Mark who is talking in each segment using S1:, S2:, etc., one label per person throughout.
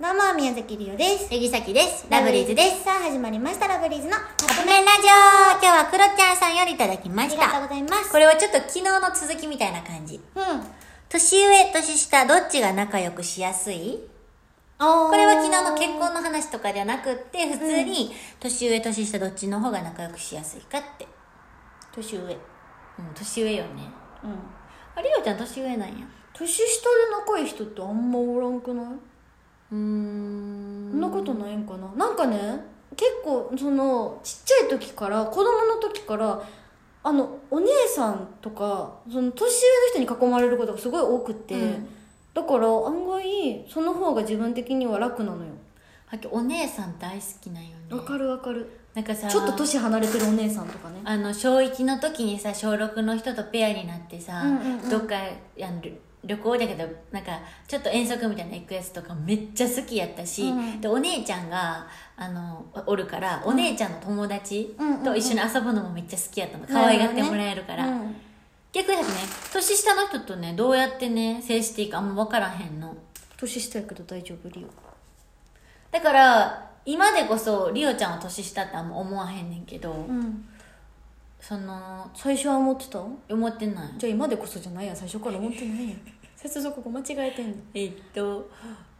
S1: どうも、宮崎りおです。
S2: えぎさきです。ラブリーズです。。
S1: さあ、始まりました、ラブリーズのカ
S2: カ
S1: ッ
S2: ッ
S1: プ
S2: プ
S1: 麺
S2: 麺ラジオ今日はクロちゃんさんよりいただきま
S1: あり
S2: し
S1: がとう
S2: た。
S1: ございます。
S2: これはちょっと昨日の続きみたいな感じ。
S1: うん。
S2: 年上、年下、どっちが仲良くしやすいこ
S1: こ
S2: れは昨日の結婚の話とかではなくって、普通に年上、年下、どっちの方が仲良くしやすいかって。
S1: 年上。うん。
S2: うん、年上よね。あ、りおちゃん年上なんや。
S1: 年下で仲いい人ってあんまおらんくないう
S2: ーん。
S1: そんなことないんかななんかね、結構、その、ちっちゃい時から、子供の時から、あの、お姉さんとか、その、年上の人に囲まれることがすごい多くて、
S2: うん
S1: だから、案外、その方が自分的には楽なのよ。
S2: あきお姉さん大好きなんよね。
S1: わかるわかる。
S2: なんかさ、
S1: ちょっと年離れてるお姉さんとかね。
S2: あの小1の時にさ小6の人とペアになってさ、
S1: うんうんうん
S2: どっかあの旅旅行だけどなんかちょっと遠足みたいなの行くやつとかめっちゃ好きやったし、
S1: うん
S2: でお姉ちゃんがあのおるからお姉ちゃんの友達と一緒に遊ぶのもめっちゃ好きやったの可愛がってもらえるから、
S1: うん
S2: 逆やとね年下の人とねどうやってね接していいかあんま分からへんの
S1: 年下やけど大丈夫リオ
S2: だから今でこそリオちゃんは年下ってあんま思わへんねんけど、
S1: うん
S2: その
S1: 最初は思ってたん
S2: 思ってない
S1: じゃあ今でこそじゃないやん最初から思ってない やん接続語間違えてんの
S2: えっと、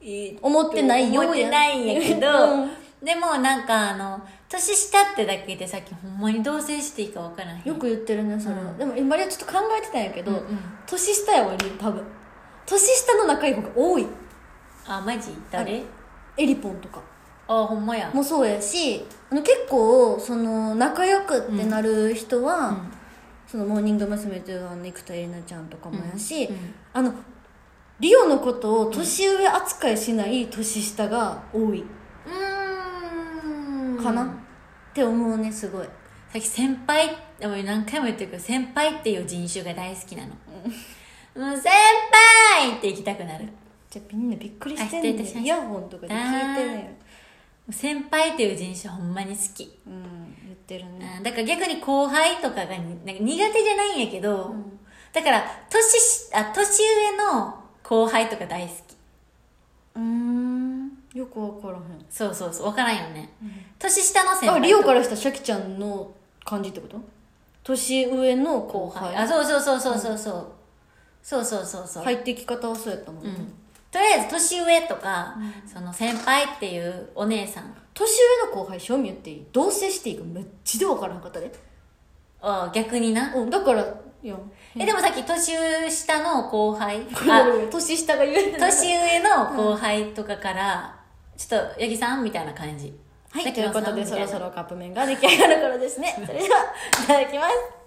S2: えっと
S1: 思ってないよ、
S2: 思ってないんやけど
S1: うん
S2: でもなんかあの、年下ってだけでさっきほんまに同棲していいか分からへん。
S1: よく言ってるねそれ、
S2: うん
S1: でも今リオちょっと考えてたんやけど、
S2: うんうん
S1: 年下やわリオ多分年下の仲いい子が多い
S2: あ、マジ誰
S1: エリポンとか
S2: あほんまや。
S1: もそうやしあの結構その仲良くってなる人は、
S2: うん
S1: そのモーニング娘。というあの生田絵梨奈ちゃんとかもやし、
S2: うんうん
S1: あのリオのことを年上扱いしない年下が多い
S2: うん。
S1: かな、って思うねすごい
S2: さっき先輩、でも何回も言ってるけど、先輩っていう人種が大好きなの。もう先輩って行きたくなる。も
S1: じゃあみんなびっくりしてんね
S2: あ失礼いたしました
S1: イヤホンとかで聞いてるよ、
S2: う先輩っていう人種ほんまに好き。
S1: うん、言ってるね
S2: うんだから逆に後輩とかがになんか苦手じゃないんやけど、だから年しあ年上の後輩とか大好き
S1: うんよくわからへ
S2: そうそうそう分からんよね、年下の先
S1: んあ
S2: 輩
S1: リオ
S2: と
S1: からしたらシャキちゃんの感じってこと年上の後
S2: 後輩、
S1: 輩
S2: あそうそうそうそうそうそう、そうそうそうそう、
S1: 入ってき方はそうやったもん
S2: う
S1: ね、
S2: ん、とりあえず年上とか、その先輩っていうお姉さん
S1: 年上の後輩正味言っていい同棲していいかめっちゃでわからなかったで、
S2: あ逆にな、
S1: うん、だからいや
S2: えでもさっき年下の後 輩あ
S1: 年下が言えない
S2: 年上の後輩とかから、ちょっと八木さんみたいな感じ
S1: は
S2: さ
S1: い、
S2: っ
S1: とい
S2: きの
S1: うことでそ
S2: さん
S1: ろ
S2: みたいな
S1: そろカップ麺が出来上がる頃ですね。それでは、いただきます。